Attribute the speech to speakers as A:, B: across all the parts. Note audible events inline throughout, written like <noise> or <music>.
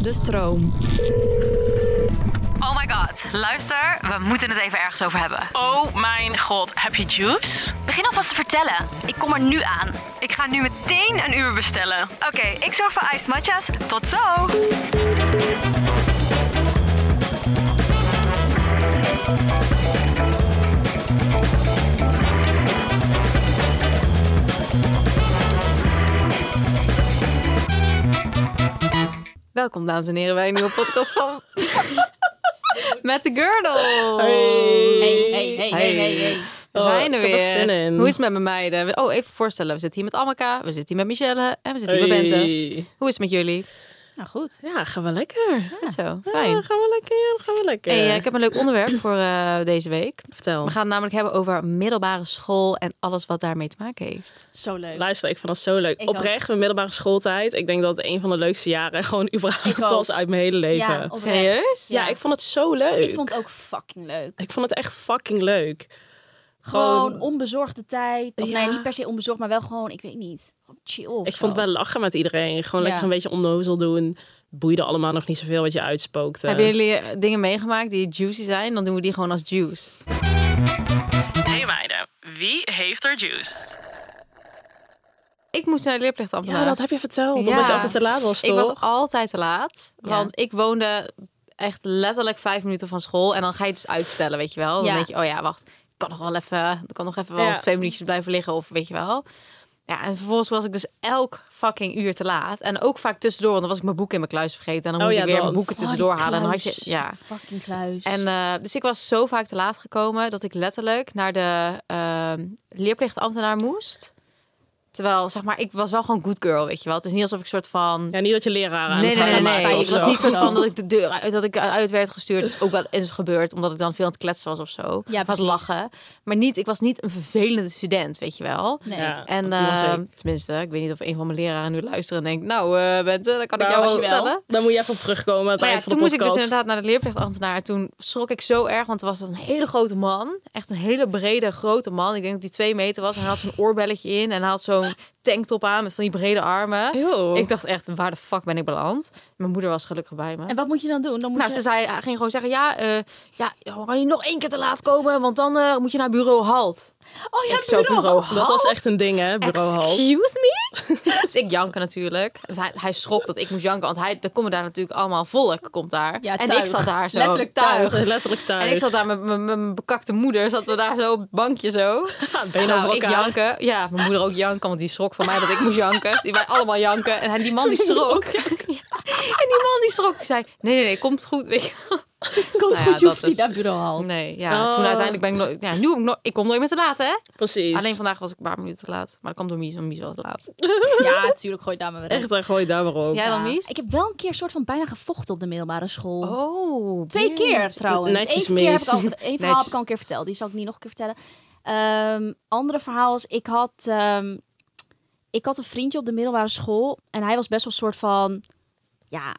A: De stroom.
B: Oh my god, luister, we moeten het even ergens over hebben.
C: Oh mijn god, heb je juice?
B: Begin alvast te vertellen. Ik kom er nu aan. Ik ga nu meteen een uur bestellen. Oké, ik zorg voor ijs matcha's. Tot zo!
A: Welkom, dames en heren, bij een nieuwe podcast
B: <laughs>
A: van... Met de Girdle.
D: Hey.
A: hey, hey,
D: hey, hey,
A: We
D: Oh,
A: zijn er
D: ik heb
A: weer.
D: er zin in.
A: Hoe is het met mijn meiden? Oh, even voorstellen. We zitten hier met Amaka, we zitten hier met Michelle en we zitten hier met Bente.
D: Hey.
A: Hoe is het met jullie? Nou, goed.
D: Ja, gaan we lekker. Ja,
A: Goed zo, fijn.
D: gaan we lekker. Ja, gaan we lekker.
A: Hey, eh, ik heb een leuk onderwerp voor eh, deze week.
D: Vertel.
A: We gaan het namelijk hebben over middelbare school en alles wat daarmee te maken heeft.
E: Zo leuk.
D: Luister, ik vond dat zo leuk. Oprecht, mijn middelbare schooltijd. Ik denk dat het een van de leukste jaren <laughs> gewoon überhaupt
E: ook.
D: was uit mijn hele leven.
E: Ja,
D: Ja,
E: oprecht.
A: Serieus?
E: Ja,
D: ik vond het zo leuk.
E: ik vond het ook fucking leuk.
D: Ik vond het echt fucking leuk.
E: Gewoon,
D: Gewoon-
E: onbezorgde tijd. Of nee,
D: Ja.
E: niet per se onbezorgd, maar wel gewoon, ik weet niet. Gewoon chill. of
D: Ik
E: zo.
D: vond het wel lachen met iedereen. Gewoon
E: Ja.
D: lekker een beetje onnozel doen. Boeide allemaal nog niet zoveel wat je uitspookte.
A: Hebben jullie eh, dingen meegemaakt die juicy zijn? Dan doen we die gewoon als juice.
D: Hey meiden, wie heeft er juice?
A: Ik moest naar de leerplichtambtenaar.
D: Ja, dat heb je verteld.
A: Ja.
D: Omdat je altijd te laat was,
A: Ik
D: toch?
A: was altijd te laat, want ik woonde echt letterlijk vijf minuten van school. En dan ga je dus uitstellen, weet je wel. Dan
E: Ja.
A: denk je, oh ja, wacht, ik kan nog wel even, ik kan nog even wel
D: Ja.
A: twee minuutjes blijven liggen of weet je wel. Ja, en vervolgens was ik dus elk fucking uur te laat. En ook vaak tussendoor, want dan was ik mijn boek in mijn kluis vergeten. En dan
D: Oh
A: moest
D: ja,
A: ik weer
D: dat.
A: mijn boeken
E: Oh, die
A: tussendoor halen. En dan had je,
E: kluis.
A: ja.
E: Fucking kluis.
A: En, eh, dus ik was zo vaak te laat gekomen dat ik letterlijk naar de ehm, leerplichtambtenaar moest. Terwijl, zeg maar, ik was wel gewoon good girl, weet je wel. Het is niet alsof ik soort van...
D: Ja, niet dat je leraar aan
A: Nee,
D: het
A: nee, nee,
D: gaan
A: nee.
D: maken
A: Het
D: of
A: was
D: zo.
A: niet soort van
E: Zo.
A: dat ik de deur uit, dat ik uit werd gestuurd. Dat is ook wel eens gebeurd, omdat ik dan veel aan het kletsen was of zo.
E: Ja,
A: Of aan het
E: precies.
A: lachen. Maar niet, ik was niet een vervelende student, weet je wel.
E: nee.
D: Ja,
A: En
D: die was
A: eh, <laughs>
D: ik.
A: tenminste, ik weet niet of een van mijn leraren nu luistert en denkt... Nou, eh Bente, dat kan ik
D: Nou,
A: jou wel
D: als je wel.
A: vertellen.
D: Dan moet je even op terugkomen aan het
A: Maar ja,
D: eind van
A: toen
D: de
A: moest ik dus
D: podcast.
A: inderdaad naar de leerplichtambtenaar. Toen schrok ik zo erg, want er was een hele grote man. Echt een hele brede, grote man. Ik denk dat hij twee meter was. En hij had zo'n oorbelletje in. En hij had zo'n tanktop aan met van die brede armen.
D: Eeuw.
A: Ik dacht echt, waar de fuck ben ik beland? Mijn moeder was gelukkig bij me.
E: En wat moet je dan doen? Dan moet
A: Nou,
E: je...
A: ze zei, hij ging gewoon zeggen, ja, eh ja, dan kan je nog één keer te laat komen, want dan eh, moet je naar bureau Halt.
E: oh, ja,
A: ik zo, bureau Halt?
D: Dat was echt een ding,
A: <laughs>
D: hè, bureau Hal.
A: Excuse
E: <laughs>
A: me? dus ik janken natuurlijk. Dus hij, hij schrok dat ik moest janken, want hij, er komen daar natuurlijk allemaal volk, komt daar.
E: Ja,
A: en
E: tuig.
A: ik zat daar zo.
E: Letterlijk tuig.
D: Letterlijk
A: En ik
D: thuis.
A: zat daar met mijn- met mijn bekakte moeder, zaten we daar zo op het bankje zo.
D: Benen
A: Nou,
D: over
A: ik
D: elkaar.
A: janken. Ja, mijn moeder ook janken, want die schrok van mij dat ik moest janken. Die wij allemaal janken. En hij- die man die schrok. <laughs> En die man die schrok, die zei, nee, nee, nee, komt goed. Weet je wel.
E: komt
A: nou ja,
E: goed, je
A: dat
E: hoeft niet
A: is-
E: naar bureau halen.
A: Nee, ja,
D: Oh.
A: toen uiteindelijk ben ik nooit... Ja, nu, heb ik no- ik kom nooit meer te laat, hè?
D: Precies.
A: Alleen vandaag was ik een paar minuten te laat. Maar dat kwam door Mies, want Mies was te laat.
E: Ja, natuurlijk, gooi daar maar weer op.
D: Echt, daar gooi daar maar op.
A: Jij dan, Mies?
E: Oh. Ik heb wel een keer soort van bijna gevochten op de middelbare school.
A: Oh,
E: Twee keer trouwens.
D: Netjes,
E: Eén keer heb
D: mis.
E: ik al, één verhaal heb
A: Netjes.
E: ik al een keer verteld. Die zal ik niet nog een keer vertellen. Ehm, andere verhaal was, ik had, ehm, ik had een vriendje op de middelbare school. En hij was best wel een soort van, ja,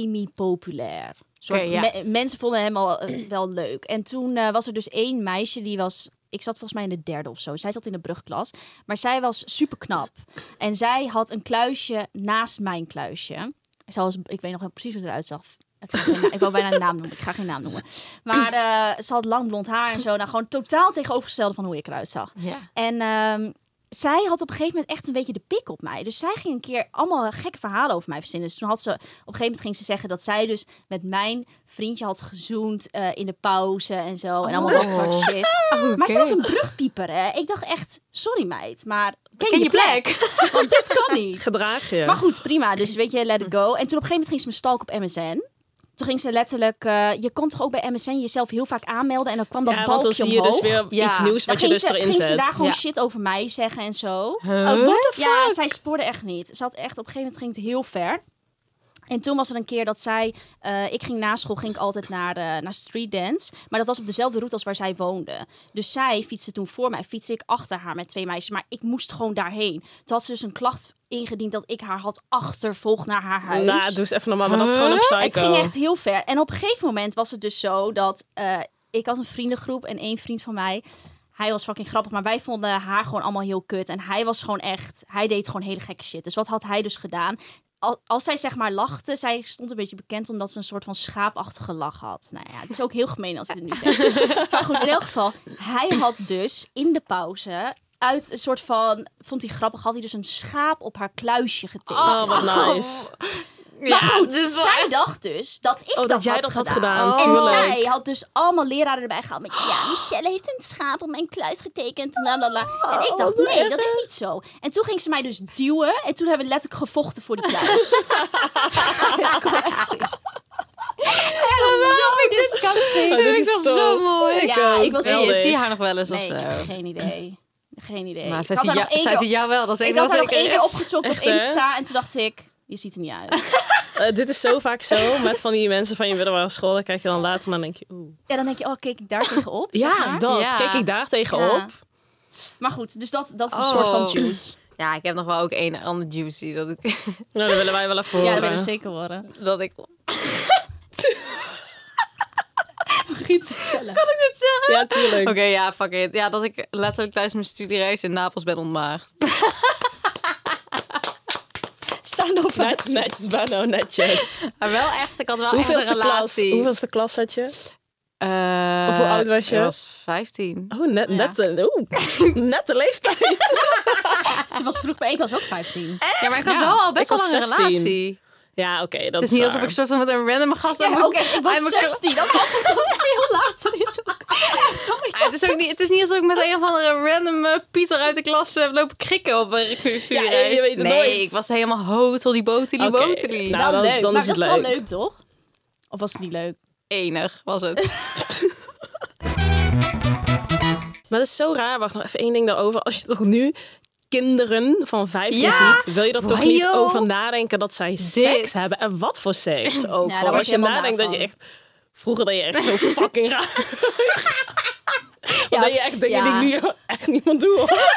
E: semi-populair. Soort
A: Oké, ja.
E: me- mensen vonden hem al eh, wel leuk. En toen eh, was er dus één meisje die was... Ik zat volgens mij in de derde of zo. Zij zat in de brugklas. Maar zij was super knap. En zij had een kluisje naast mijn kluisje. Zoals, ik weet nog wel precies hoe het eruit zag. Ik, ga geen na- ik wil bijna een naam noemen. Ik ga geen naam noemen. Maar eh, ze had lang blond haar en zo. Nou, gewoon totaal tegenovergestelde van hoe ik eruit zag.
A: Ja.
E: En ehm, zij had op een gegeven moment echt een beetje de pik op mij. Dus zij ging een keer allemaal gekke verhalen over mij verzinnen. Dus toen had ze, op een gegeven moment ging ze zeggen dat zij dus met mijn vriendje had gezoend eh, in de pauze en zo. En allemaal dat soort
D: Oh.
E: shit.
D: <laughs>
E: Maar ze was een brugpieper, hè. Ik dacht echt, sorry meid, maar ken,
A: Ken je
E: Want dit
D: <laughs>
E: kan niet.
D: Gedraag je.
E: Maar goed, prima. Dus weet je, let it go. En toen op een gegeven moment ging ze me stalken op MSN. Toen ging ze letterlijk... eh, je kon toch ook bij MSN jezelf heel vaak aanmelden... en dan kwam dat
D: ja, want
E: balkje
D: dan zie je dus
E: omhoog.
D: weer
A: Ja.
D: iets nieuws
E: Dan
D: wat je
E: ging,
D: dus
E: ze,
D: erin
E: ging ze
D: zet.
E: daar gewoon
A: Ja.
E: shit over mij zeggen en zo.
D: Oh, what the
E: Ja, zij spoorde echt niet. Ze had echt, op een gegeven moment ging het heel ver. En toen was er een keer dat zij... eh, ik ging na school ging ik altijd naar, eh, naar street dance. Maar dat was op dezelfde route als waar zij woonde. Dus zij fietste toen voor mij. Fietste ik achter haar met twee meisjes. Maar ik moest gewoon daarheen. Toen had ze dus een klacht ingediend dat ik haar had achtervolgd naar haar huis.
D: Nou, doe eens even normaal, maar dat is gewoon een psycho.
E: Het ging echt heel ver. En op een gegeven moment was het dus zo dat eh, ik had een vriendengroep en één vriend van mij. Hij was fucking grappig, maar wij vonden haar gewoon allemaal heel kut. En hij was gewoon echt, hij deed gewoon hele gekke shit. Dus wat had hij dus gedaan? Al- Als zij zeg maar lachte, zij stond een beetje bekend omdat ze een soort van schaapachtige lach had. Nou ja, het is ook heel gemeen als ik het nu zeg. maar goed, in elk geval, hij had dus in de pauze uit een soort van, vond hij grappig, had hij dus een schaap op haar kluisje getikt.
D: Oh, wat nice.
E: Maar goed,
A: dit is wel
E: zij dacht dus dat ik
D: Oh,
E: dat,
D: dat jij
E: had
D: dat
E: gedaan.
D: had gedaan.
A: Oh.
E: En
D: Tuurlijk.
E: zij had dus allemaal leraren erbij gehaald. Met, ja, Michelle heeft een schaap op mijn kluis getekend. la, la, la. En ik dacht, nee, dat is niet zo. En toen ging ze mij dus duwen. En toen hebben we letterlijk gevochten voor die kluis. Het kon echt niet. Ja, dat is zo disgusting.
D: Oh, dit
A: vind ik
D: is
A: dat
D: top.
A: zo mooi.
E: Ja,
D: ook.
E: ik was
D: Geweldig.
A: Ik zie haar nog wel eens of
E: Nee,
A: zo.
E: ik heb geen idee. Geen idee.
A: Maar zij
E: Ik had
A: ziet,
E: haar
A: jou,
E: nog één
A: zij
E: keer-
A: ziet jou wel. Dat is
E: Ik
A: één
E: had
A: ding
E: haar
A: wat
E: nog één keer
A: is.
E: opgezocht op
D: Echt, hè?
E: Insta. En toen dacht ik, je ziet er niet uit.
D: Eh, dit is zo vaak zo met van die mensen van je middelbare school. Dan kijk je dan later en dan denk je, oeh.
E: Ja, dan denk je, oh, keek ik daar tegenop? zeg
D: Ja,
E: maar.
D: dat.
A: Ja.
D: Kijk ik daar tegenop.
E: Ja. Maar goed, dus dat, dat is een
A: Oh.
E: soort van juice.
A: Ja, ik heb nog wel ook één ander juicy. Dat ik... <laughs>
D: Nou, dat willen wij wel even horen.
E: zeker worden.
A: Dat ik...
E: Giet vertellen.
D: <laughs> Ja, tuurlijk.
A: Oké, ja, fuck it. Ja, dat ik letterlijk tijdens mijn studiereis in Napels ben ontmaagd.
E: Staan op
D: Net, netjes, maar nou netjes.
A: Maar wel echt, ik had wel echt een
D: Hoeveelste klas,
A: relatie.
D: hoeveelste klas had je?
A: Eh,
D: Of hoe oud was je?
A: Ik was 15.
D: Oh, net, net, een- oeh, net de leeftijd.
E: Ze was vroeg bij, ik was ook 15.
A: Ja, maar ik had wel al best
D: Ik
A: wel
D: was
A: lang een
D: 16.
A: relatie.
D: Ja, oké, dat
A: Het is
D: is
A: niet
D: waar.
A: alsof ik soort van met een random gast... aan
E: Ja,
A: moet-
E: oké, ik was
A: aan mijn kla-
E: 16. Dat was het dat het veel later is ook. Sorry, ik
A: Ah, het, is ook niet, het is niet alsof ik met een of andere random eh, Pieter uit de klas heb lopen krikken op een studiereis.
D: je weet het
A: nee,
D: nooit.
A: ik was helemaal hotely botely
D: Oké,
A: botely.
D: nou, dan, dan
E: maar
D: is
E: dat
D: het
E: is wel
D: leuk.
E: leuk, toch? Of was het niet leuk?
A: Enig was het.
D: Maar dat is zo raar. Wacht nog even één ding daarover. Als je toch nu kinderen van 15
A: Ja.
D: ziet, wil je er toch
A: Wajo.
D: niet over nadenken dat zij seks
A: Dit.
D: hebben? En wat voor seks ook.
E: daar
D: gewoon.
E: word
D: als
E: je
D: je
E: helemaal
D: nadenkt dat
E: naar
D: je echt... Vroeger dat je echt zo fucking raar... Dan dat je echt dingen
E: ja.
D: die ik nu echt niemand doe. hoor.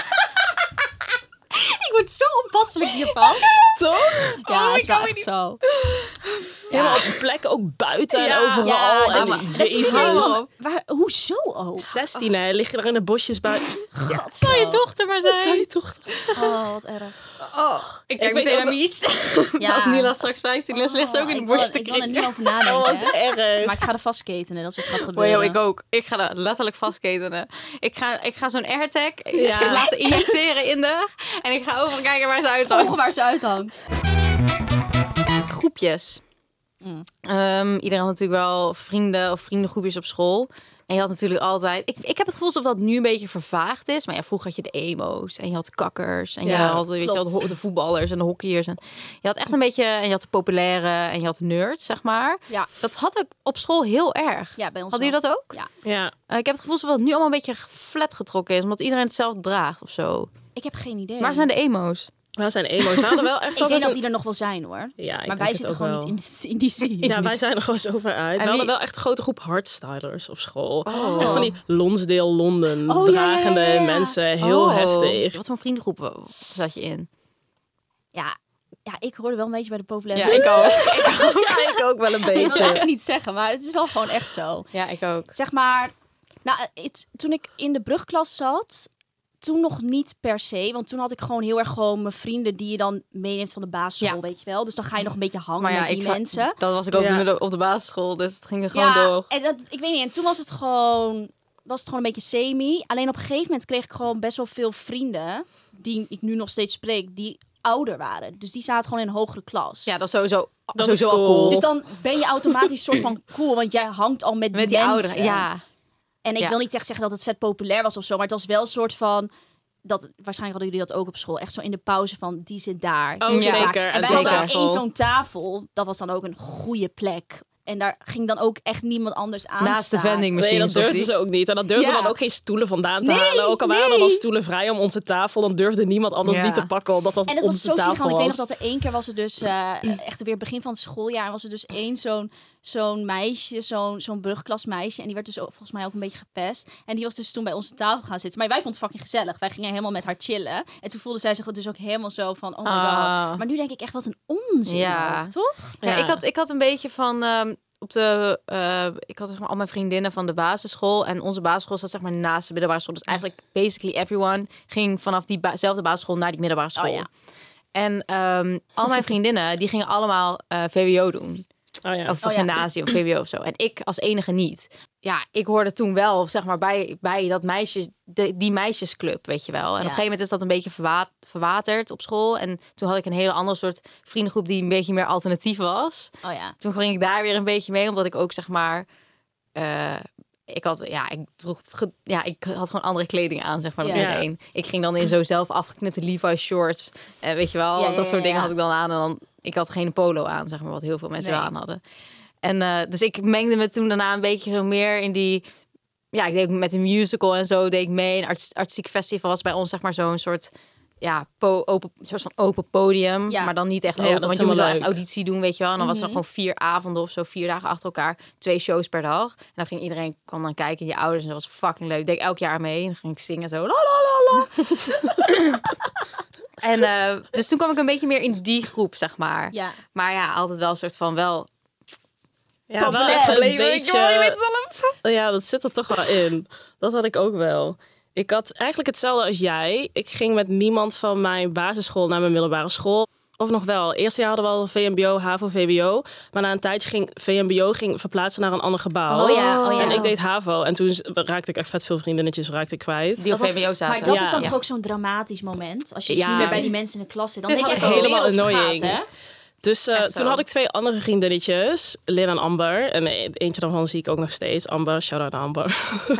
E: Ik word zo onpasselijk
A: <laughs> Oh
E: hiervan.
D: Toch?
E: Ja, het is wel echt zo.
D: Helemaal op plekken, ook buiten
A: Ja.
D: en overal.
E: Ja,
D: en
E: dat
A: je-
D: je-
E: Dat je
D: Jezus.
E: denkt
A: Jezus.
E: van, waar, hoezo ook?
D: 16 hè, lig je er in de bosjes buiten.
A: Zou je dochter maar
D: Dat zou
A: zijn?
D: je
E: <laughs>
D: toch...
E: Oh, wat erg.
A: Oh, Ik kijk
D: Ik weet
A: meteen
D: ook
A: naar Mies.
E: Ja. Oh,
A: Als Nila straks 15 les ligt, ze ook in de borst te
E: Ik wil er
A: krikken.
E: niet over
D: Oh,
E: nadenken.
D: wat
E: hè.
D: erg.
E: Maar ik ga er vastketenen, dat is wat gaat gebeuren.
A: Wow, ik ook. Ik ga er letterlijk vastketenen. Ik ga, ik ga zo'n AirTag
D: Ja.
A: ik laten injecteren in de... En ik ga overal kijken waar ze
E: Volgen
A: uithangt.
E: waar ze uithangt.
A: Groepjes. Ehm, iedereen had natuurlijk wel vrienden of vriendengroepjes op school. En je had natuurlijk altijd... Ik, ik heb het gevoel alsof dat nu een beetje vervaagd is. Maar ja, vroeger had je de emo's en je had kakkers. En
D: Ja,
A: je had, weet je,
E: klopt.
A: wel, de ho- de voetballers en de hockeyers. En je had echt een beetje... En je had de populaire en je had de nerds, zeg maar.
E: Ja.
A: Dat had ik op school heel erg.
E: Ja, bij ons
A: Hadden jullie dat ook?
E: Ja.
D: Ja.
A: Eh, ik heb het gevoel dat het nu allemaal een beetje flat getrokken is. Omdat iedereen hetzelfde draagt of zo.
E: Ik heb geen idee.
A: Waar zijn de emo's?
D: Waar zijn emo's? We hadden wel echt
E: Ik denk
D: altijd
E: dat die er nog wel zijn hoor.
D: Ja, ik
E: maar
D: denk
E: wij
D: het ook
E: zitten gewoon
D: wel.
E: niet in, in die scene.
D: <laughs> Ja, wij zijn er gewoon zo ver uit.
A: En
D: we hadden
A: wie-
D: wel echt een grote groep hardstylers op school. Echt van die Lonsdale Londen
E: Oh, ja, ja, ja,
D: dragende
E: ja, ja.
D: mensen. Heel
A: Oh,
D: heftig.
A: Wat voor vriendengroep zat je in?
E: Ja, ja, ik hoorde wel een beetje bij de populaire.
A: Ja,
E: <laughs>
A: ik <laughs> ook.
D: Ja, ik ook wel een
E: Ik wil het niet zeggen, maar het is wel gewoon echt zo.
A: Ja, ik ook.
E: Zeg maar, nou, het- toen ik in de brugklas zat, toen nog niet per se. Want toen had ik gewoon heel erg gewoon mijn vrienden die je dan meeneemt van de basisschool,
A: Ja.
E: weet je wel. Dus dan ga je nog een beetje hangen
A: Maar ja,
E: met die
A: ik zat-
E: mensen.
A: dat was ik ook
D: Ja.
A: op de- op de basisschool, dus het ging er gewoon
E: ja,
A: door.
E: en dat, ik weet niet. En toen was het gewoon... was het gewoon een beetje semi. Alleen op een gegeven moment kreeg ik gewoon best wel veel vrienden... die ik nu nog steeds spreek, die ouder waren. Dus die zaten gewoon in een hogere klas.
A: Ja, dat is sowieso,
D: is
A: sowieso al
D: cool.
A: cool.
E: Dus dan ben je automatisch soort
A: <clears throat>
E: van cool, want jij hangt al met,
A: met die
E: mensen.
A: ouderen, ja.
E: En ik
A: Ja.
E: wil niet echt zeggen dat het vet populair was of zo, maar het was wel een soort van dat waarschijnlijk hadden jullie dat ook op school, echt zo in de pauze van die zit daar.
D: Oh,
E: die zit
D: zeker.
E: daar. En
A: Een
E: wij hadden ook
D: tafel.
E: één zo'n tafel. Dat was dan ook een goede plek. En daar ging dan ook echt niemand anders aan
A: Naast de
E: staan.
A: vending
D: <laughs> Nee,
A: misschien.
D: dat durfden ze ook niet. En dat durfden
E: Ja.
D: we dan ook geen stoelen vandaan te
E: Nee,
D: halen. Ook al waren
E: nee.
D: er al stoelen vrij om onze tafel, dan durfde niemand anders
A: Ja.
D: die te pakken, omdat dat
E: En het was
D: onze
E: zo zielig,
D: tafel
E: want ik weet
D: was.
E: nog dat er één keer was er dus, eh, echt weer begin van het schooljaar, was er dus één zo'n zo'n meisje, zo'n zo'n brugklasmeisje. En die werd dus ook, volgens mij ook een beetje gepest. En die was dus toen bij onze tafel gaan zitten. Maar wij vonden het fucking gezellig. Wij gingen helemaal met haar chillen. En toen voelde zij zich dus ook helemaal zo van, oh my
A: Ah.
E: god. Maar nu denk ik echt, wat een onzin
A: Ja.
E: ook, toch?
A: Ja,
D: Ja.
A: ik, had, ik had een beetje van. ehm, op de, eh, ik had zeg maar, al mijn vriendinnen van de basisschool. En onze basisschool zat zeg maar naast de middelbare school. Dus eigenlijk basically everyone ging vanaf diezelfde basisschool naar die middelbare school.
E: Oh, ja.
A: En ehm, al mijn <laughs> vriendinnen die gingen allemaal eh, VWO doen.
D: Oh ja.
A: Of
E: Oh ja.
A: gymnasium, of VWO of zo. En ik als enige niet. Ja, ik hoorde toen wel, zeg maar, bij, bij dat meisjes, de, die meisjesclub, weet je wel. En op een gegeven moment is dat een beetje verwa- verwaterd op school. En toen had ik een hele andere soort vriendengroep die een beetje meer alternatief was.
E: Oh ja.
A: Toen ging ik daar weer een beetje mee, omdat ik ook, zeg maar... eh, ik had, ja, ik droeg, ge- ja, ik had gewoon andere kleding aan, zeg maar, dan
E: Ja.
A: iedereen. Ik ging dan in zo zelf afgeknipte Levi's shorts. En weet je wel,
E: Ja, ja,
A: dat
E: ja,
A: soort dingen
E: ja.
A: had ik dan aan. En dan, ik had geen polo aan, zeg maar, wat heel veel mensen wel
E: Nee.
A: aan hadden. En eh, dus ik mengde me toen daarna een beetje zo meer in die... Ja, ik deed ook met een musical en zo deed ik mee. Een arts- artistiek festival was bij ons, zeg maar, zo'n soort... Ja, po- open, soort van open podium,
E: Ja.
A: maar dan niet echt
D: Ja,
A: open.
D: dat is
A: want je moest wel
D: helemaal
A: echt
D: leuk.
A: auditie doen, weet je wel. En dan was er gewoon vier avonden of zo, vier dagen achter elkaar. Twee shows per dag. En dan ging iedereen, kon dan kijken, je ouders. En dat was fucking leuk. Ik deed elk jaar mee. En dan ging ik zingen zo, la la la la. en eh, dus toen kwam ik een beetje meer in die groep, zeg maar.
E: Ja.
A: Maar ja, altijd wel een soort van wel...
D: Ja, dat
E: populair.
D: is echt een
A: Gebleven. Ik wil- je weet
D: beetje... Nou Ja, dat zit er toch wel in. Dat had ik ook wel. Ik had eigenlijk hetzelfde als jij. Ik ging met niemand van mijn basisschool naar mijn middelbare school. Of nog wel. Eerste jaar hadden we al VMBO, HAVO, VWO. Maar na een tijdje ging VMBO ging verplaatsen naar een ander gebouw.
A: Oh ja, oh ja.
D: En ik deed HAVO. En toen raakte ik echt vet veel vriendinnetjes raakte ik kwijt.
A: Die op
E: was-
A: VWO zaten.
E: Maar dat
D: Ja.
E: is dan toch ook zo'n dramatisch moment? Als je dus
D: Ja.
E: niet meer bij die mensen in de klas zit, dan
A: Dit
E: denk je
A: had
E: echt
A: ik ook.
E: helemaal
D: Helemaal
E: annoying.
D: annoying.
E: Gaat, hè?
D: Dus eh,
A: Echt zo.
D: toen had ik twee andere vriendinnetjes. Lynn en Amber. En e- eentje daarvan zie ik ook nog steeds. Amber, shout-out naar Amber.
A: <laughs>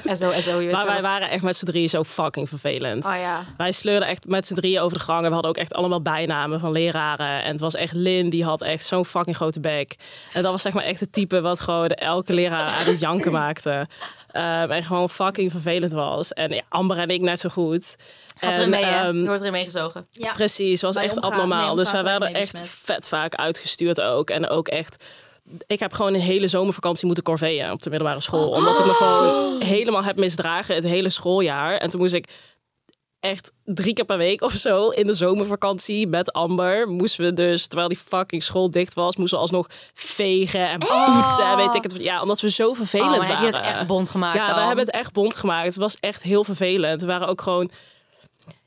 A: SO, SO, je weet
D: maar
A: zelf.
D: wij waren echt met z'n drieën zo fucking vervelend.
A: Oh ja.
D: Wij sleurden echt met z'n drieën over de gang. En we hadden ook echt allemaal bijnamen van leraren. En het was echt Lin, die had echt zo'n fucking grote bek. En dat was zeg maar echt het type wat gewoon elke leraar aan het janken maakte. Ehm, en gewoon fucking vervelend was. En ja, Amber en ik net zo goed.
A: Gaat
D: en,
A: erin mee, hè?
D: ehm,
A: Je wordt erin meegezogen.
E: Ja.
D: Precies, was
E: Wij
D: echt
E: omgaan-
D: abnormaal.
E: mee
D: dus wij
E: omgaan,
D: werden
E: wij
D: echt
E: mee
D: vet vaak uitgestuurd ook. En ook echt... Ik heb gewoon een hele zomervakantie moeten corveeën op de middelbare school.
A: Oh.
D: Omdat ik me gewoon helemaal heb misdragen het hele schooljaar. En toen moest ik echt drie keer per week of zo in de zomervakantie met Amber. Moesten we dus, terwijl die fucking school dicht was, moesten we alsnog vegen en poetsen. En weet ik het. Ja, omdat we zo
A: Oh,
D: vervelend
A: maar
D: waren.
A: heb je het echt bond gemaakt
D: Ja,
A: dan?
D: we hebben het echt bond gemaakt. Het was echt heel vervelend. We waren ook gewoon...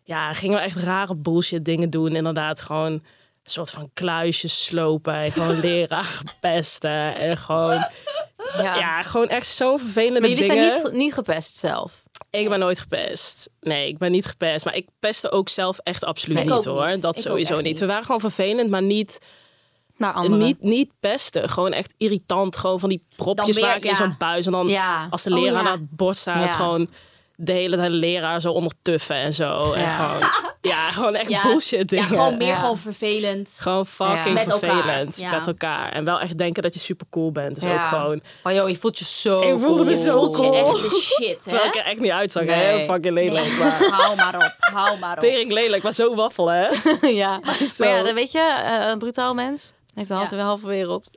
D: Ja, gingen we echt rare bullshit dingen doen. Inderdaad, gewoon een soort van kluisjes slopen. En gewoon leraar pesten. En gewoon...
A: Ja.
D: Ja, gewoon echt zo vervelende
A: Maar jullie
D: dingen.
A: zijn niet, niet gepest zelf.
D: Ik ben nooit gepest. Nee, ik ben niet gepest. Maar ik pestte ook zelf echt absoluut
E: Nee, ik
D: niet
E: ook
D: hoor.
E: niet.
D: Dat
E: Ik ook
D: sowieso
E: echt
D: niet.
E: niet.
D: We waren gewoon vervelend, maar niet,
A: Naar anderen.
D: niet, niet pesten. Gewoon echt irritant. Gewoon van die propjes
E: Dan weer,
D: maken in
E: ja.
D: zo'n buis. En dan
A: Ja.
D: als de
E: Oh,
D: leraar
E: ja.
D: aan het bord staat,
A: Ja.
D: gewoon de hele tijd de leraar zo ondertuffen en zo. En
A: Ja.
D: gewoon, ja, gewoon echt
E: Ja,
D: bullshit dingen.
E: Ja, gewoon meer
A: Ja.
E: gewoon vervelend.
D: Gewoon fucking
A: Ja.
E: Met elkaar,
D: vervelend
E: ja.
D: met elkaar. En wel echt denken dat je super cool bent. Dus
A: Ja.
D: ook gewoon.
A: Maar joh, je voelt je zo
D: Ik voelde me
A: cool.
D: zo
E: voelt je
D: cool.
E: echt de shit, hè?
D: <laughs> Terwijl ik er echt niet uitzag. hè.
A: Nee.
D: Heel fucking lelijk.
E: Nee,
D: Maar,
E: hou maar op, hou maar op.
D: <laughs> tering lelijk, maar zo waffel
A: <laughs>
D: hè.
A: ja.
D: Zo. <laughs>
A: Maar ja, dan weet je, eh, een brutaal mens heeft de hand
E: Ja.
A: in de halve wereld.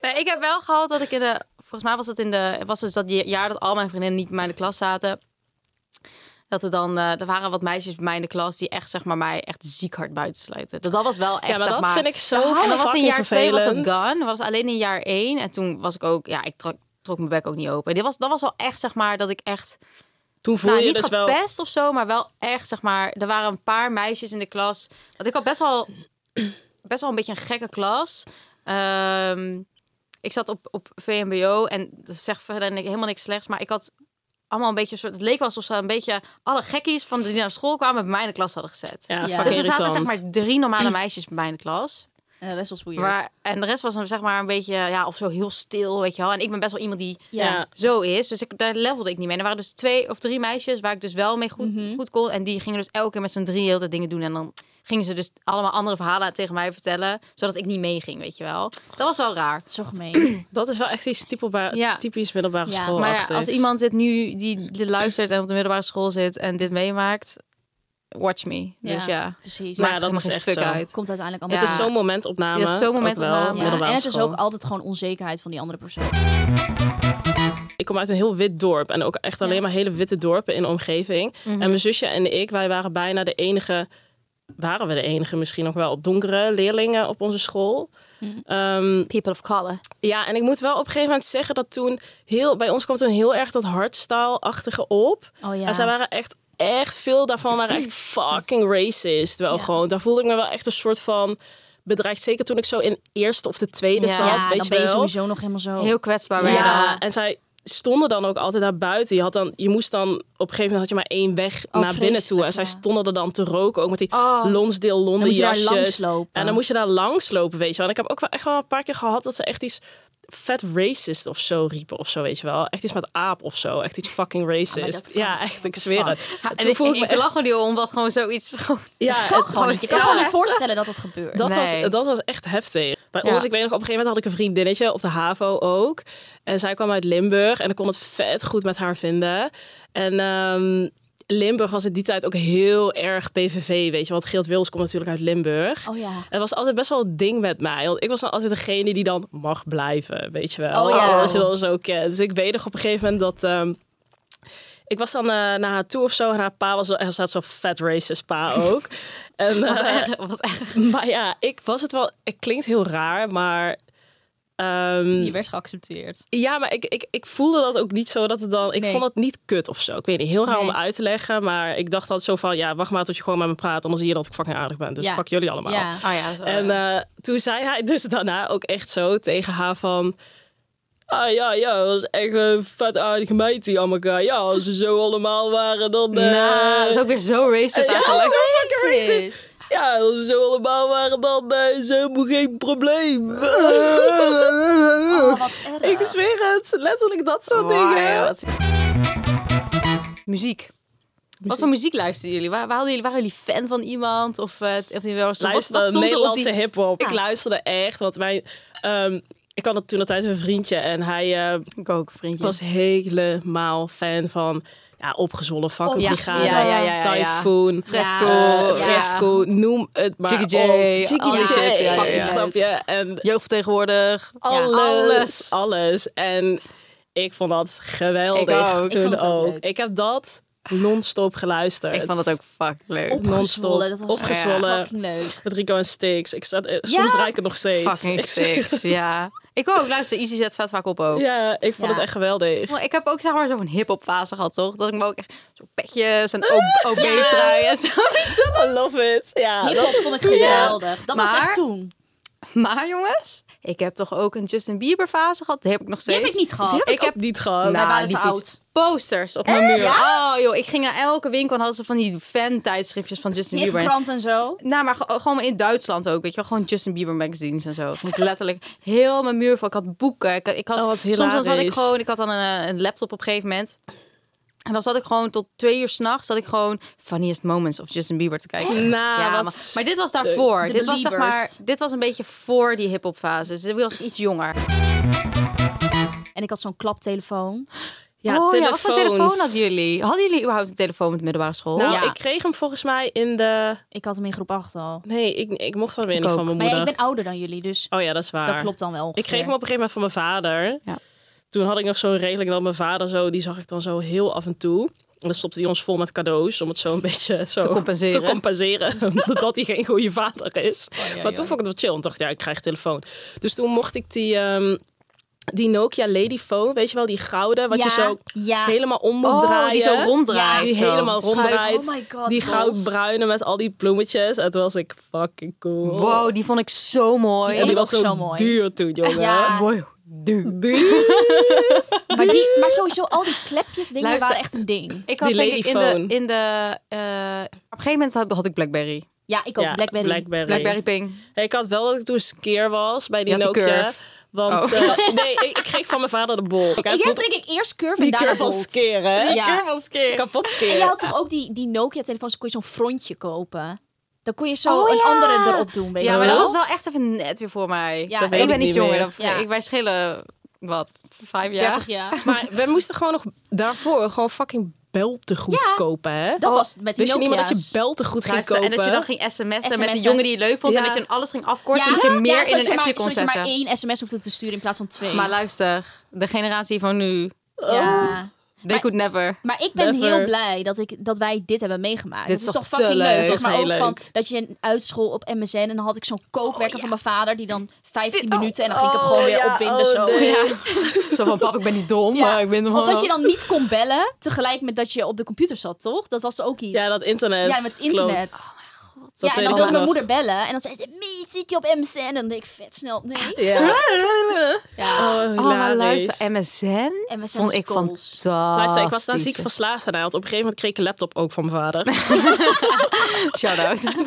A: Nee, ik heb wel gehad dat ik in de... Volgens mij was het in de... was dus dat jaar dat al mijn vriendinnen niet bij mij in de klas zaten. Dat er dan... eh, er waren wat meisjes bij mij in de klas die echt, zeg maar, mij echt ziek hard buitensluiten. Dat, dat was wel echt,
D: Ja, maar
A: zeg
D: dat
A: maar...
D: vind ik zo
A: En dat was in
D: fucking
A: jaar twee was dat
D: vervelend.
A: gone. Dat was alleen in jaar één. En toen was ik ook... Ja, ik trok, trok mijn bek ook niet open. Dit was, dat was al echt, zeg maar, dat ik echt...
D: Toen voel
A: nou,
D: je
A: niet
D: dus wel.
A: gepest of zo, maar wel echt, zeg maar... Er waren een paar meisjes in de klas. <clears throat> Want ik had best wel, best wel een beetje een gekke klas. Ehm, Ik zat op, op VMBO en dat zegt verder ni- helemaal niks slechts. Maar ik had allemaal een beetje een soort... Het leek wel alsof ze een beetje alle gekkies van die naar school kwamen... bij mij in de klas hadden gezet.
D: Ja,
E: Ja.
D: fuck
A: Dus er zaten zeg
D: irritant.
A: maar drie normale meisjes bij mij in de klas.
E: Eh, dat is wel weird.
A: Maar, en de rest was dan zeg maar een beetje, ja, of zo heel stil, weet je wel. En ik ben best wel iemand die
E: Ja.
D: Ja.
A: zo is. Dus ik, daar levelde ik niet mee. En er waren dus twee of drie meisjes waar ik dus wel mee goed,
D: Mhm.
A: goed kon. En die gingen dus elke keer met z'n drieën heel de tijd dingen doen. En dan gingen ze dus allemaal andere verhalen tegen mij vertellen. Zodat ik niet meeging, weet je wel.
D: Oh,
A: Dat was wel raar.
E: Zo gemeen.
D: Dat is wel echt iets typelba-
A: Ja.
D: typisch middelbare
E: Ja,
D: school.
A: Maar ja, als iemand dit nu, die dit luistert en op de middelbare school zit en dit meemaakt... Watch me. Dus ja.
E: <clears throat> Precies.
D: Maar
A: Maakt
D: dat
A: helemaal
D: is
A: geen
D: echt
A: fuck
D: zo.
A: uit.
E: komt uiteindelijk allemaal.
A: Het
D: Het
A: ja.
D: is zo'n momentopname.
A: Ja, zo'n
D: ook wel,
A: momentopname.
E: Ja,
D: middelbare
E: en het is
D: school.
E: ook altijd gewoon onzekerheid van die andere persoon.
D: ik kom uit een heel wit dorp en ook echt alleen maar hele witte dorpen in de omgeving.
E: Mhm.
D: En mijn zusje en ik, wij waren bijna de enige, waren we de enige misschien nog wel, donkere leerlingen op onze school.
E: Mhm.
D: Ehm,
A: People of color.
D: ja, en ik moet wel op een gegeven moment zeggen dat toen heel, bij ons kwam toen heel erg dat hardstyle-achtige op.
E: Oh ja.
D: En zij waren echt, echt veel daarvan waren
E: <clears throat>
D: echt fucking racist. Wel gewoon, daar voelde ik me wel echt een soort van bedreigd. Zeker toen ik zo in eerste of de tweede
A: Ja.
D: zat,
A: Ja,
D: weet
E: dan
D: je
E: ben je
D: wel.
E: sowieso nog helemaal zo.
A: Oh. Heel kwetsbaar ben je dan.
D: Ja, en zij stonden dan ook altijd daar buiten. Je, had dan, je moest dan, op een gegeven moment had je maar één weg naar binnen toe. En zij
E: ja.
D: stonden er dan te roken, ook met die
A: Oh.
D: Lonsdale Londen
E: moet je daar
D: jasjes.
E: langs lopen.
D: En dan moest je daar langs lopen, weet je wel. En ik heb ook wel echt wel een paar keer gehad dat ze echt iets vet racist of zo riepen of zo, weet je wel. Echt iets met aap of zo. Echt iets fucking racist. ja, echt, ik zweer het.
A: Ja, en
D: Toen
A: ik,
D: voelde
A: ik,
D: ik me
A: ik
D: echt...
A: lach er nu om, wat gewoon zoiets... <laughs> Gewoon,
D: Ja,
A: het kan
D: het-
A: gewoon niet.
E: Je
A: Je
E: kan
A: kan
E: gewoon niet
A: echt-
E: voorstellen dat dat gebeurt.
D: Dat,
A: Nee.
D: was, dat was echt heftig. Bij
A: Ja.
D: ons, ik weet nog, op een gegeven moment had ik een vriendinnetje op de HAVO ook. En zij kwam uit Limburg en ik kon het vet goed met haar vinden. En ehm, Limburg was in die tijd ook heel erg PVV, weet je. Want Geert Wils komt natuurlijk uit Limburg.
E: Oh ja.
D: Het was altijd best wel een ding met mij. Want ik was dan altijd degene die dan mag blijven, weet je wel.
E: Oh ja.
D: Als je dat zo kent. Dus ik weet nog op een gegeven moment dat... ehm, ik was dan eh, naar haar toe of zo. En haar pa was... wel- Hij zat zo'n fat racist
E: <laughs>
D: pa ook. en, eh,
A: Wat echt.
D: maar ja, ik was het wel. Het klinkt heel raar, maar. ehm,
E: Die werd geaccepteerd.
D: ja, maar ik, ik, ik voelde dat ook niet zo dat het dan. Ik
E: Nee.
D: vond het niet kut of zo. Ik weet niet, heel raar om
E: Nee.
D: uit te leggen. Maar ik dacht altijd zo van: ja, wacht maar tot je gewoon met me praat. Anders zie je dat ik fucking aardig ben. Dus
E: Ja.
D: fuck jullie allemaal.
E: Ja.
A: Oh ja, zo.
D: En eh, toen zei hij <laughs> dus daarna ook echt zo tegen haar van... Ah ja, ja, dat was echt een vet aardige meid die Amaka. Ja, als ze zo allemaal waren, dan... eh,
A: Nou, dat is ook weer zo racist
D: ja,
A: eigenlijk.
D: zo fucking racist. Ja, als ze zo allemaal waren, dan eh, is helemaal
A: <laughs>
D: geen probleem.
A: Oh,
D: ik zweer het. Letterlijk dat soort dingen.
A: Wild. Muziek. Wat voor muziek luisterden jullie? Waar, waar hadden jullie? Waren jullie fan van iemand? Of, eh of jullie wel zo? Wat,
D: luisterde
A: wat stond er op
D: Nederlandse
A: die...
D: hip-hop.
A: Ja.
D: Ik luisterde echt, want mijn... ehm, ik had het toen altijd een vriendje en hij eh,
A: Ik ook, vriendje.
D: was helemaal fan van ja, opgezwollen vakken,
A: ja.
D: brigade,
A: Ja, ja, ja, ja, ja.
D: typhoon,
A: Fresco,
D: eh,
A: ja.
D: fresco, noem het maar
A: Jiggy J,
D: op.
A: al die shit, ja, ja,
D: fucking
A: ja.
D: snap je? En
A: Jeugdvertegenwoordig.
D: alles,
A: alles.
D: alles, En ik vond dat geweldig
A: Ik ook. Ik
D: toen
E: vond het ook
D: ook.
E: leuk.
D: Ik heb dat non-stop geluisterd.
A: Ik vond dat ook fuck leuk.
E: Opgezwollen. Dat was
D: Opgezwollen.
E: fucking leuk.
D: Met Rico en Stix. Ik zat, eh, soms draai ik het nog steeds.
A: Fucking
D: Ik zeg- <laughs>
A: six, ja. Ik ook, luister, Easy zet vet vaak op ook.
D: Ja, ik vond
E: Ja.
D: het echt geweldig.
A: Maar ik heb ook zeg maar zo'n hip-hop fase gehad, toch? Dat ik me ook echt zo'n petjes en ob- OB-trui en zo.
D: <laughs> I love it. Ja,
E: Hip-hop vond ik geweldig. Dat was
A: Maar-
E: echt toen.
A: Maar jongens, ik heb toch ook een Justin Bieber fase gehad? Die heb ik nog
E: Die
A: steeds.
E: heb ik niet
D: Die
E: gehad.
D: heb ik, heb niet gehad.
A: Nou,
E: waren te
A: liefies.
E: oud.
A: Posters op mijn muur. Oh joh, ik ging naar elke winkel en hadden ze van die fan-tijdschriftjes van Justin
E: Niet
A: Bieber.
E: krant en zo.
A: Nou, maar ge- gewoon in Duitsland ook, weet je wel. Gewoon Justin Bieber magazines en zo. Vond ik letterlijk heel mijn muur vol. Ik had boeken. Ik, ik had,
D: Oh, wat
A: soms dan zat ik
D: hilarisch.
A: gewoon... Ik had dan een, een laptop op een gegeven moment. En dan zat ik gewoon tot twee uur s'nachts... zat ik gewoon Funniest Moments of Justin Bieber te kijken.
D: Nou,
A: ja,
D: wat
A: maar, maar dit was daarvoor.
E: de
A: Dit was, zeg maar,
E: Beliebers.
A: dit was een beetje voor die hip-hop fase. Dus ik was iets jonger.
E: En ik had zo'n klaptelefoon.
D: Ja,
A: oh ja, wat voor
D: telefoons.
A: telefoon hadden jullie? Hadden jullie überhaupt een telefoon met de middelbare school?
D: Nou,
E: Ja.
D: ik kreeg hem volgens mij in de...
E: Ik had hem in groep 8 al.
D: Nee, ik, ik mocht hem weer niet
A: ook.
D: van mijn
E: Maar ja,
D: moeder.
E: ik ben ouder dan jullie, dus
D: Oh ja, dat is waar.
E: dat klopt dan wel.
D: Ik kreeg hem op een gegeven moment van mijn vader.
A: Ja.
D: Toen had ik nog zo redelijk dat mijn vader zo, die zag ik dan zo heel af en toe. En dan stopte hij ons vol met cadeaus om het zo een beetje zo te
A: compenseren.
D: Te compenseren <laughs> dat hij geen goede vader is. maar toen vond ik het wel chill. Want ik dacht, ja, ik krijg een telefoon. Dus toen mocht ik die, ehm, die Nokia Ladyphone, weet je wel, die gouden, wat
E: Ja,
D: je zo
E: ja.
D: helemaal om moet
A: Oh,
D: draaien.
A: die zo ronddraait.
D: Die
A: zo.
D: helemaal ronddraait.
E: Oh my God,
D: die
E: Bas.
D: goudbruine met al die bloemetjes. En toen was ik fucking cool.
A: Wow, die vond ik zo mooi.
D: En die
E: ik
D: was
E: ook
D: zo
E: zo mooi.
D: duur toen, jongen.
E: Ja.
A: Mooi. Du.
E: Maar, die, maar sowieso al die klepjes dingen
A: Luister.
E: waren echt een ding.
A: Ik had
D: Die
A: denk ik in de,
D: ladyphone.
A: in de eh, op een gegeven moment had, had ik Blackberry.
E: Ja, ik ook.
D: Ja,
E: Blackberry.
D: Blackberry.
A: Blackberry Ping.
D: Ik had wel dat ik toen skeer was bij die
A: Je had de
D: Nokia.
A: curve.
D: Want
A: Oh.
D: eh, nee, ik, ik kreeg van mijn vader de
E: <laughs>
D: bol. Ik,
E: Ik heb denk ik eerst Curve en
D: die
E: daarna
D: curve van
E: Volt.
D: skeer, hè?
E: Ja.
D: Kapot skeer.
E: En je had toch ook die, die Nokia-telefoons, kon je zo'n frontje kopen? Dan kon je zo
A: Oh,
E: een
A: ja.
E: andere erop doen, weet
A: Ja,
E: je
A: maar dat
E: wel?
A: was wel echt even net weer voor mij.
E: Ja,
A: Ja,
E: Dat weet
A: ik ben
D: ik
A: niet
D: niet
A: jonger.
D: meer.
A: Dan,
E: Ja.
A: Ik, wij schelen, wat, vijf jaar?
E: 30 jaar.
D: Maar we moesten gewoon nog daarvoor gewoon fucking beltegoed
E: Ja.
D: kopen, hè? Oh,
E: Dat was met die
D: Wist je niet meer dat je
E: Nokia's.
D: beltegoed ging
A: Luister,
D: kopen?
A: en dat je dan ging sms'en, met de
E: SMS'en.
A: jongen die je leuk vond. En
D: Ja.
A: dat je dan alles ging afkorten,
E: Ja.
A: zodat je meer
E: Ja,
A: in
E: zodat
A: een
E: je
A: appje
E: maar,
A: kon
E: zodat
A: zetten.
E: je maar één sms hoefde te sturen in plaats van twee.
A: Maar luister, de generatie van nu,
E: ja.
A: they could never.
E: Maar ik ben
D: Never.
E: heel blij dat, ik, dat wij dit hebben meegemaakt.
A: Dit
E: Dat
A: is
E: is
A: toch
E: toch fucking
A: te leuk.
E: leuk. Zeg
D: Dat is
E: maar ook
D: heel
E: van
D: leuk.
E: dat je uitschool op MSN en dan had ik zo'n kookwerker van mijn vader die dan 15
A: Oh,
E: minuten en dan ging ik hem gewoon weer opwinden zo.
A: Ja. Zo van, pap, ik ben niet dom,
E: Ja.
A: maar Oh, ik ben hem
E: Oh, Of dat
A: wel-
E: je dan niet kon bellen tegelijk met dat je op de computer zat, toch? Dat was ook iets.
D: Ja, dat internet.
E: Ja, met internet.
D: Klopt.
E: ja, en
D: weet
E: dan
D: ik
E: wilde mijn
D: nog.
E: moeder bellen en dan zei ze: "Mie, zit je op MSN? En dan deed ik vet snel: Nee. Ja.
D: Oh,
A: Oh, maar
D: hilarisch.
A: luister, MSN,
E: MSN
A: vond ik
E: goals.
A: fantastisch.
D: Luister, ik was daar ziek
A: <laughs>
D: verslaafd aan. Want op een gegeven moment kreeg ik een laptop ook van mijn vader.
A: Shout-out.
D: <laughs>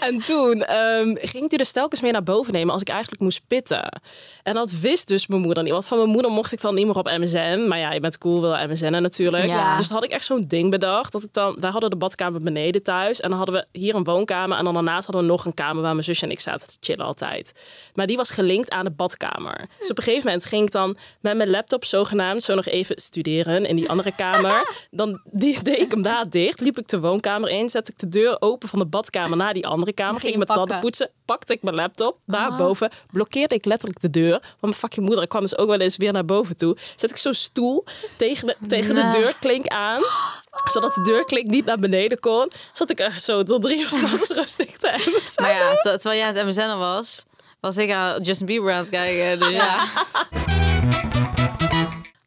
D: en toen ehm, ging hij dus telkens meer naar boven nemen als ik eigenlijk moest pitten. En dat wist dus mijn moeder niet. Want van mijn moeder mocht ik dan niet meer op MSN. Maar ja, je bent cool, wil MSN'en natuurlijk.
A: Ja.
D: Dus toen had ik echt zo'n ding bedacht. Dat ik dan, wij hadden de badkamer beneden thuis. En dan hadden we hier een woonkamer. En dan daarnaast hadden we nog een kamer waar mijn zusje en ik zaten te chillen altijd. Maar die was gelinkt aan de badkamer. Dus op een gegeven moment ging ik dan met mijn laptop zogenaamd zo nog even studeren in die andere kamer. Dan die, deed ik hem daar dicht. Liep ik de woonkamer in. Zette ik de deur open van de badkamer naar die andere kamer. Ging
E: je
D: ik mijn
E: hem
D: tanden
E: pakken.
D: poetsen. Pakte ik mijn laptop.
E: Ah.
D: Daarboven blokkeerde ik letterlijk de deur. Want mijn fucking moeder kwam dus ook wel eens weer naar boven toe. Zet ik zo'n stoel tegen de, tegen de deurklink aan zodat de deurklink niet naar beneden kon. Zat ik echt zo tot drie uur
E: <laughs>
D: s'nachts rustig te hebben.
A: Maar ja, ter- terwijl jij aan het MSN was, was ik aan Justin Bieber aan het kijken. Dus ja.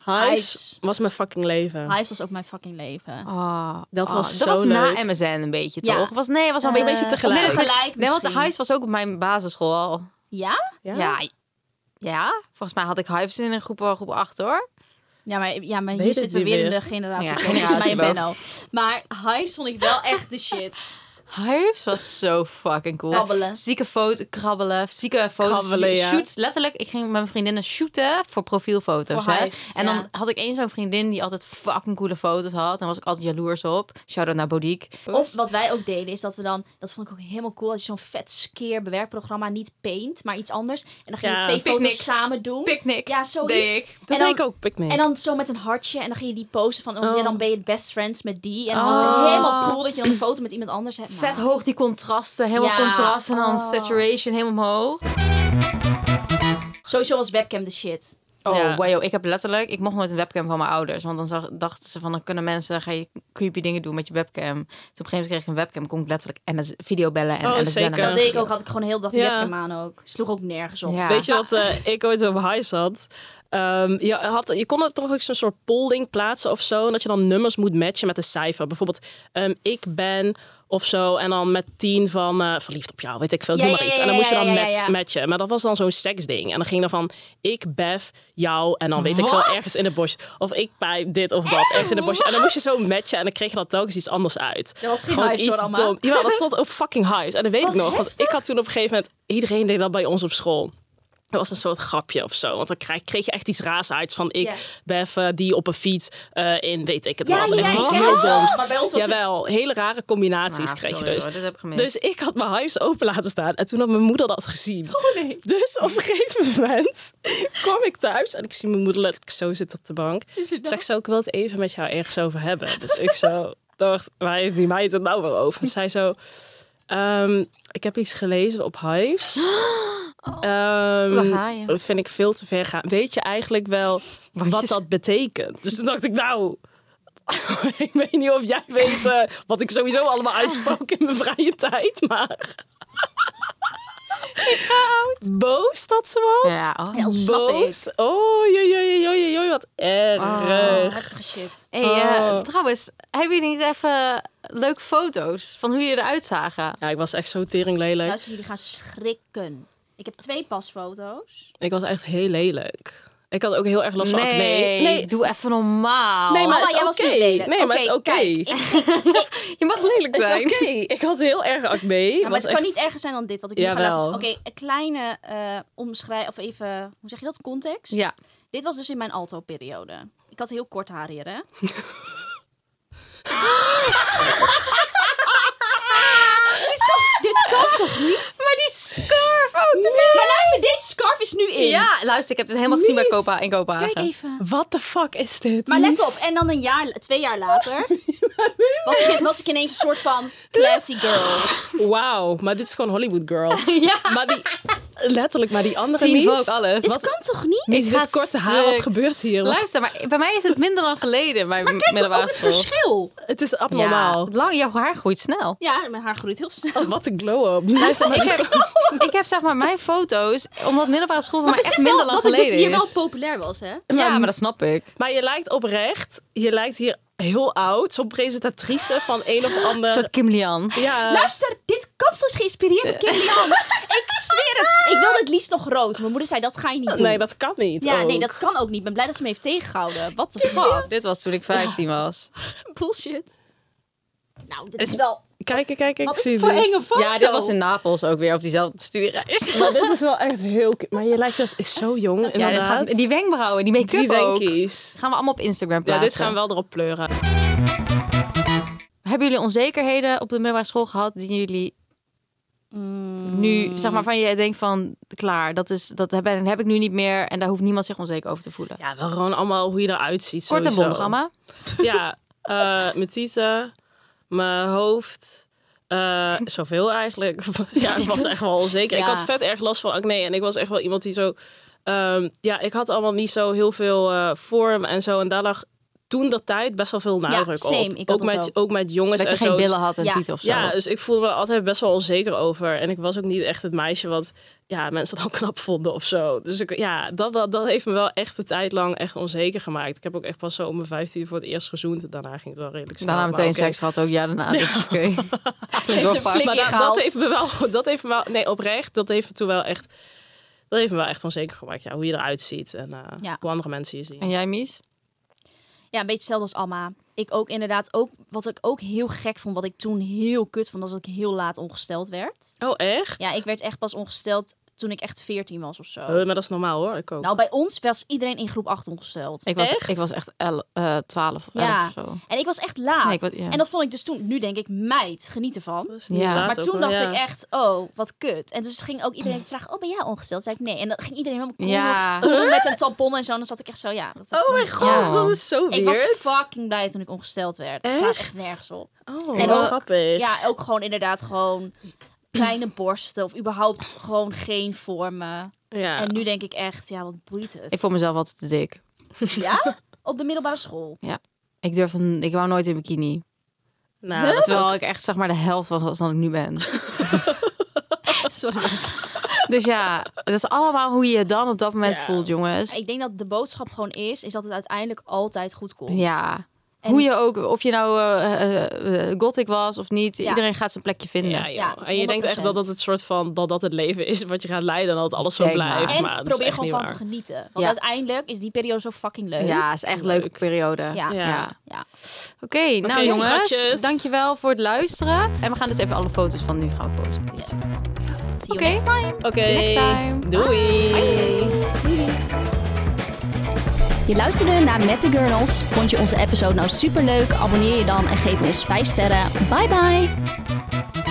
D: Huis
E: Hives.
D: was mijn fucking leven.
E: Hives was ook mijn fucking leven.
A: Oh.
E: Oh,
D: Dat was
A: Ah, dat
D: zo
A: was na
D: leuk.
A: MSN een beetje,
E: Ja.
A: toch? Was, nee, het was al
D: een beetje tegelijk.
A: Nee,
E: Tegelijk
A: nee, want de
E: misschien.
A: Hives was ook op mijn basisschool al.
E: Ja?
D: Ja?
A: Ja. Ja, volgens mij had ik Hives in een groep, groep 8 hoor.
E: Ja, maar, ja, maar hier
D: het
E: zitten we
D: niet
E: weer in
D: meer.
E: de generatie.
A: Ja,
E: Ja,
A: generatie
E: mij
A: love.
E: en Benno. Maar Hives vond ik wel echt de
D: <laughs>
E: shit.
A: Hives was zo fucking cool.
E: Krabbelen.
A: Zieke foto, krabbelen, zieke foto's.
D: Krabbelen, ja.
A: Shoots, letterlijk. Ik ging met mijn vriendinnen shooten voor profielfoto's.
E: Voor
A: hè.
E: Hives,
A: en
E: ja.
A: dan had ik één zo'n vriendin die altijd fucking coole foto's had. En was ik altijd jaloers op. Shout-out naar Bodiek.
E: Of wat wij ook deden is dat we dan, dat vond ik ook helemaal cool, dat je zo'n vet skeer bewerkprogramma, niet paint, maar iets anders. En dan ging je
D: Ja,
E: twee
A: picknick.
E: foto's samen doen.
A: Picnic.
E: Ja, zoiets.
A: Deed ik.
D: Dat
E: en dan,
D: deed ik ook, Oh. picknick.
E: En dan zo met een hartje en dan ging je die posten van, want ja, dan ben je best friends met die. En dan
A: Oh.
E: had het helemaal cool dat je dan een foto met iemand anders hebt.
A: Vet
E: Nou,
A: hoog die contrasten, helemaal
E: Ja. Oh.
A: contrast en dan saturation helemaal omhoog.
E: Sowieso was webcam de shit.
A: Oh,
D: Ja.
A: wow, yo, ik heb letterlijk, ik mocht nooit een webcam van mijn ouders, want dan zag, dachten ze van dan kunnen mensen ga je creepy dingen doen met je webcam. Toen op een gegeven moment kreeg ik een webcam, kon ik letterlijk MS, videobellen en
D: Oh,
A: MSN.
D: zeker.
E: Dat deed ik ook, had ik gewoon heel de dag die
D: Ja.
E: webcam aan ook. Sloeg ook nergens op.
A: Ja.
D: Weet je wat eh, ik ooit op Highs had? Ehm, je, had, je kon er toch ook zo'n soort polling plaatsen of zo. En dat je dan nummers moet matchen met een cijfer. Bijvoorbeeld, ehm, ik ben of zo. En dan met tien van eh, verliefd op jou, weet ik veel. Ik
E: Ja,
D: noem maar
E: ja,
D: iets.
E: ja,
D: En dan moest je
E: ja,
D: dan
E: ja, ja,
D: match-
E: ja.
D: matchen. Maar dat was dan zo'n seksding. En dan ging er van, ik bef jou. En dan weet ik
A: Wat?
D: veel, ergens in de bos. Of ik pijp dit of dat, ergens in de bos. En dan moest je zo matchen. En dan kreeg je dat telkens iets anders uit.
E: Dat was geen Hives, hoor, Amma.
D: dom. Ja, dat stond op fucking Hives. En dat weet ik nog. Want ik had toen op een gegeven moment... Iedereen deed dat bij ons op school. Dat was een soort grapje of zo. Want dan krijg, kreeg je echt iets raars uit van ik
E: Ja.
D: bef eh, die op een fiets eh, in weet ik het
E: Ja,
D: wel.
E: ja,
D: Echt
E: ja,
D: iets
E: ja.
D: heel doms.
E: Maar bij ons was het-
D: Jawel, hele rare combinaties
A: Ah,
D: kreeg je
A: sorry
D: dus.
A: hoor, dit heb ik gemist.
D: dus ik had mijn huis open laten staan en toen had mijn moeder dat gezien.
E: Oh,
D: Dus op een gegeven moment <laughs> kwam ik thuis en ik zie mijn moeder letterlijk zo zitten op de bank. Zeg zo, ik wil het even met jou ergens over hebben. Dus ik zo, <laughs> dacht, waar heeft die meid het nou weer over? En zij zo, ehm, ik heb iets gelezen op Hives. Ehm,
A: Waar ga je?
D: Dat vind ik veel te ver gaan. Weet je eigenlijk wel wat dat betekent? Dus toen dacht ik, nou, ik weet niet of jij weet eh, wat ik sowieso allemaal uitspook in mijn vrije tijd, maar. Boos dat ze was?
A: Ja, oh.
E: Ja, snap ik.
D: Boos? Oh, joi, joi, joi, joi, wat erg.
E: Heftige shit.
A: Hey, eh,
E: Oh.
A: trouwens, hebben jullie niet even leuke foto's van hoe jullie eruit zagen?
D: Ja, ik was echt zo tering lelijk.
E: Luister, jullie gaan schrikken. Ik heb twee pasfoto's.
D: Ik was echt heel lelijk. Ik had ook heel erg last van acne. Nee,
A: doe even normaal.
D: nee maar
E: Hanna,
D: is
E: Oh, jij
D: oké.
E: was niet lelijk.
D: Nee, maar is oké.
E: Oké, kijk,
A: Je mag lelijk
D: Is
A: zijn.
D: oké. Ik had heel erg acne.
E: Ja, maar het kan niet erger zijn dan dit, wat ik nu ga
D: Jawel.
E: laten. Oké, een kleine eh omschrijf of even, hoe zeg je dat, context?
A: Ja.
E: Dit was dus in mijn alto-periode. Ik had heel kort haar hier, hè? dit kan toch niet?
A: Maar die scarf ook.
E: Maar luister, deze scarf is nu in.
A: Ja, luister, ik heb het helemaal gezien bij
D: Mies.
A: Copa in Kopenhagen.
E: Kijk even.
D: What the fuck is dit?
E: Maar let op, en dan een jaar, twee jaar later was ik, was ik ineens een soort van classy girl.
D: Wauw, maar dit is gewoon Hollywood Girl.
A: <laughs> Ja.
D: Maar die, letterlijk, maar die andere
A: Teen
D: Mies...
A: Vogue, alles.
E: Dit kan toch niet?
D: Mies,
A: Ik
D: dit
A: ga
D: korte haar, wat
A: stuk.
D: gebeurt hier? Wat-
A: Luister, maar bij mij is het minder dan geleden. Mijn middelbare
E: Het
A: school.
E: verschil.
D: Het is
A: Ja,
D: abnormaal. Oh,
A: lang, jouw haar groeit snel.
E: Ja, mijn haar groeit heel snel.
D: Wat een glow-up.
A: Luister,
D: <laughs>
A: ik
E: <laughs>
A: heb, ik heb zeg maar mijn foto's, omdat middelbare school voor mij echt
E: Oh. Besef
A: minder
E: wel
A: lang
E: dat ik
A: geleden
E: dus hier wel
A: is.
E: populair was, hè?
A: Ja, maar dat snap ik.
D: Maar je lijkt oprecht, je lijkt hier heel oud. Zo'n presentatrice van
A: <gasps>
D: een of ander...
A: Een soort Kim Lian.
D: Ja,
E: Luister, dit kapsel is geïnspireerd op Kim
A: <laughs>
E: Lian. ik zweer het. Ik wilde het liefst nog rood. Mijn moeder zei, dat ga je niet doen.
D: nee, dat kan niet. Oh.
E: ja,
D: ook.
E: nee, dat kan ook niet. Ik ben blij dat ze me heeft tegengehouden. What the
A: <laughs>
E: fuck?
A: Oh, Dit was toen ik 15 was.
E: Bullshit. Nou, dit is wel...
D: Kijk, kijk, kijk, ik
E: Wat is
D: zie
E: het voor
D: dit.
E: enge foto?
A: Ja, dit was in Napels ook weer op diezelfde stuurreis.
D: Maar dit is wel echt heel... cute. Maar je lijkt dus is zo jong,
A: Ja,
D: inderdaad.
A: dit gaat, die wenkbrauwen, die
D: Die
A: make-up ook.
D: wenkies.
A: Gaan we allemaal op Instagram
D: Ja,
A: plaatsen.
D: dit gaan we wel erop pleuren.
A: Hebben jullie onzekerheden op de middelbare school gehad die jullie
D: Mm.
A: nu, zeg maar, van je denkt van, klaar, dat, is, dat heb, en heb ik nu niet meer en daar hoeft niemand zich onzeker over te voelen.
D: Ja, wel gewoon allemaal hoe je eruit ziet.
A: Kort en
D: sowieso.
A: bondig, Amma.
D: Ja, eh, mijn tieten, mijn hoofd.
A: <laughs>
D: eh, zoveel eigenlijk. <laughs> ja, ik was echt wel onzeker. Ik
E: Ja.
D: had vet erg last van acne. En ik was echt wel iemand die zo... ehm, ja, ik had allemaal niet zo heel veel eh, vorm en zo. En daar lag toen dat tijd best wel veel nadruk
E: same.
D: op.
E: Ik had
D: ook,
E: dat
D: met,
E: ook.
D: met jongens
A: Dat je
D: en
A: geen
D: zo.
A: billen had en
E: Ja.
A: titel of zo.
D: Ja, dus ik voelde me altijd best wel onzeker over. En ik was ook niet echt het meisje wat ja, mensen dan <laughs> knap vonden of zo. Dus ik, ja, dat, wel- dat heeft me wel echt een tijd lang echt onzeker gemaakt. Ik heb ook echt pas zo om mijn 15 voor het eerst gezoend. Daarna ging het wel redelijk snel.
A: Daarna
D: maar
A: nou meteen
D: Nou, oké.
A: seks gehad ook, ja, daarna. Dus, oké.
D: <laughs>
E: Heeft ze een
A: Maar
E: flik
D: Maar dat, dat
E: ingehaald.
D: heeft me wel, <laughs> dat heeft me wel, nee oprecht, dat heeft me toen wel echt, dat heeft me wel echt onzeker gemaakt. Ja, hoe je eruit ziet en eh,
E: Ja.
D: hoe andere mensen je zien.
A: En jij, Mies?
E: Ja, een beetje hetzelfde als Alma. Ik ook inderdaad, ook, wat ik ook heel gek vond, wat ik toen heel kut vond, was dat ik heel laat ongesteld werd.
D: Oh echt?
E: Ja, ik werd echt pas ongesteld toen ik echt 14 was of zo.
D: Oh, maar dat is normaal hoor, ik ook.
E: Nou, bij ons was iedereen in groep 8 ongesteld.
A: Ik was
D: Echt?
A: ik was echt el- eh, 12 of 11
E: Ja,
A: of zo.
E: en ik was echt laat.
A: Nee, ik was- ja.
E: En dat vond ik dus toen, nu denk ik, meid, geniet ervan.
D: Dat is niet
A: Ja.
D: laat
E: Maar
D: ook,
E: toen
D: hoor.
E: dacht
D: Ja.
E: ik echt, oh, wat kut. En dus ging ook iedereen
A: <laughs>
E: het vragen, oh, ben jij ongesteld? Zei ik nee. En dan ging iedereen helemaal cool
A: Ja.
E: doen, doen met een tampon en zo. En dan zat ik echt zo, ja. dat-
D: Oh mijn god,
A: Ja.
D: dat is zo
E: ik
D: weird.
E: was fucking blij toen ik ongesteld werd. Het slaat echt nergens op.
D: Oh,
E: En
D: wat
E: ook-
D: grappig.
E: Ja, ook gewoon inderdaad gewoon kleine borsten of überhaupt gewoon geen vormen.
D: Ja.
E: En nu denk ik echt, ja, wat boeit het?
A: Ik vond mezelf altijd te dik.
E: Ja? Op de middelbare
D: <laughs>
E: school.
A: Ik durfde, ik wou nooit in bikini.
D: Nou, dat is wel-
A: Terwijl ik echt zeg maar de helft was als dan ik nu ben.
E: Sorry.
A: Dus ja, dat is allemaal hoe je je dan op dat moment
D: Ja.
A: voelt, jongens.
E: Ik denk dat de boodschap gewoon is, is dat het uiteindelijk altijd goed komt.
A: Ja.
E: En-
A: Hoe je ook, of je nou eh, eh, eh, gothic was of niet, iedereen gaat zijn plekje vinden.
D: ja,
E: Ja,
D: joh. en je denkt echt
E: 100%.
D: dat dat het soort van dat dat het leven is wat je gaat leiden en dat alles zo
A: Denk
D: blijft.
A: maar.
D: Maar,
E: En
D: dat is
E: probeer
D: echt
E: gewoon
D: niet
E: van
D: waar.
E: te genieten.
A: Ja.
E: Want uiteindelijk is die periode zo fucking leuk.
A: Ja, is echt een leuke periode. Ja.
D: Ja.
E: Ja.
A: Oké, nou jongens,
D: schatjes.
A: dankjewel voor het luisteren. En we gaan dus even alle foto's van nu gaan we posten. op Instagram.
E: Yes. See you
A: Oké.
E: next time.
D: Oké,
A: See you next time.
D: doei.
E: Je luisterde naar Met de Girls. Vond je onze episode nou superleuk? Abonneer je dan en geef ons 5 sterren. Bye bye!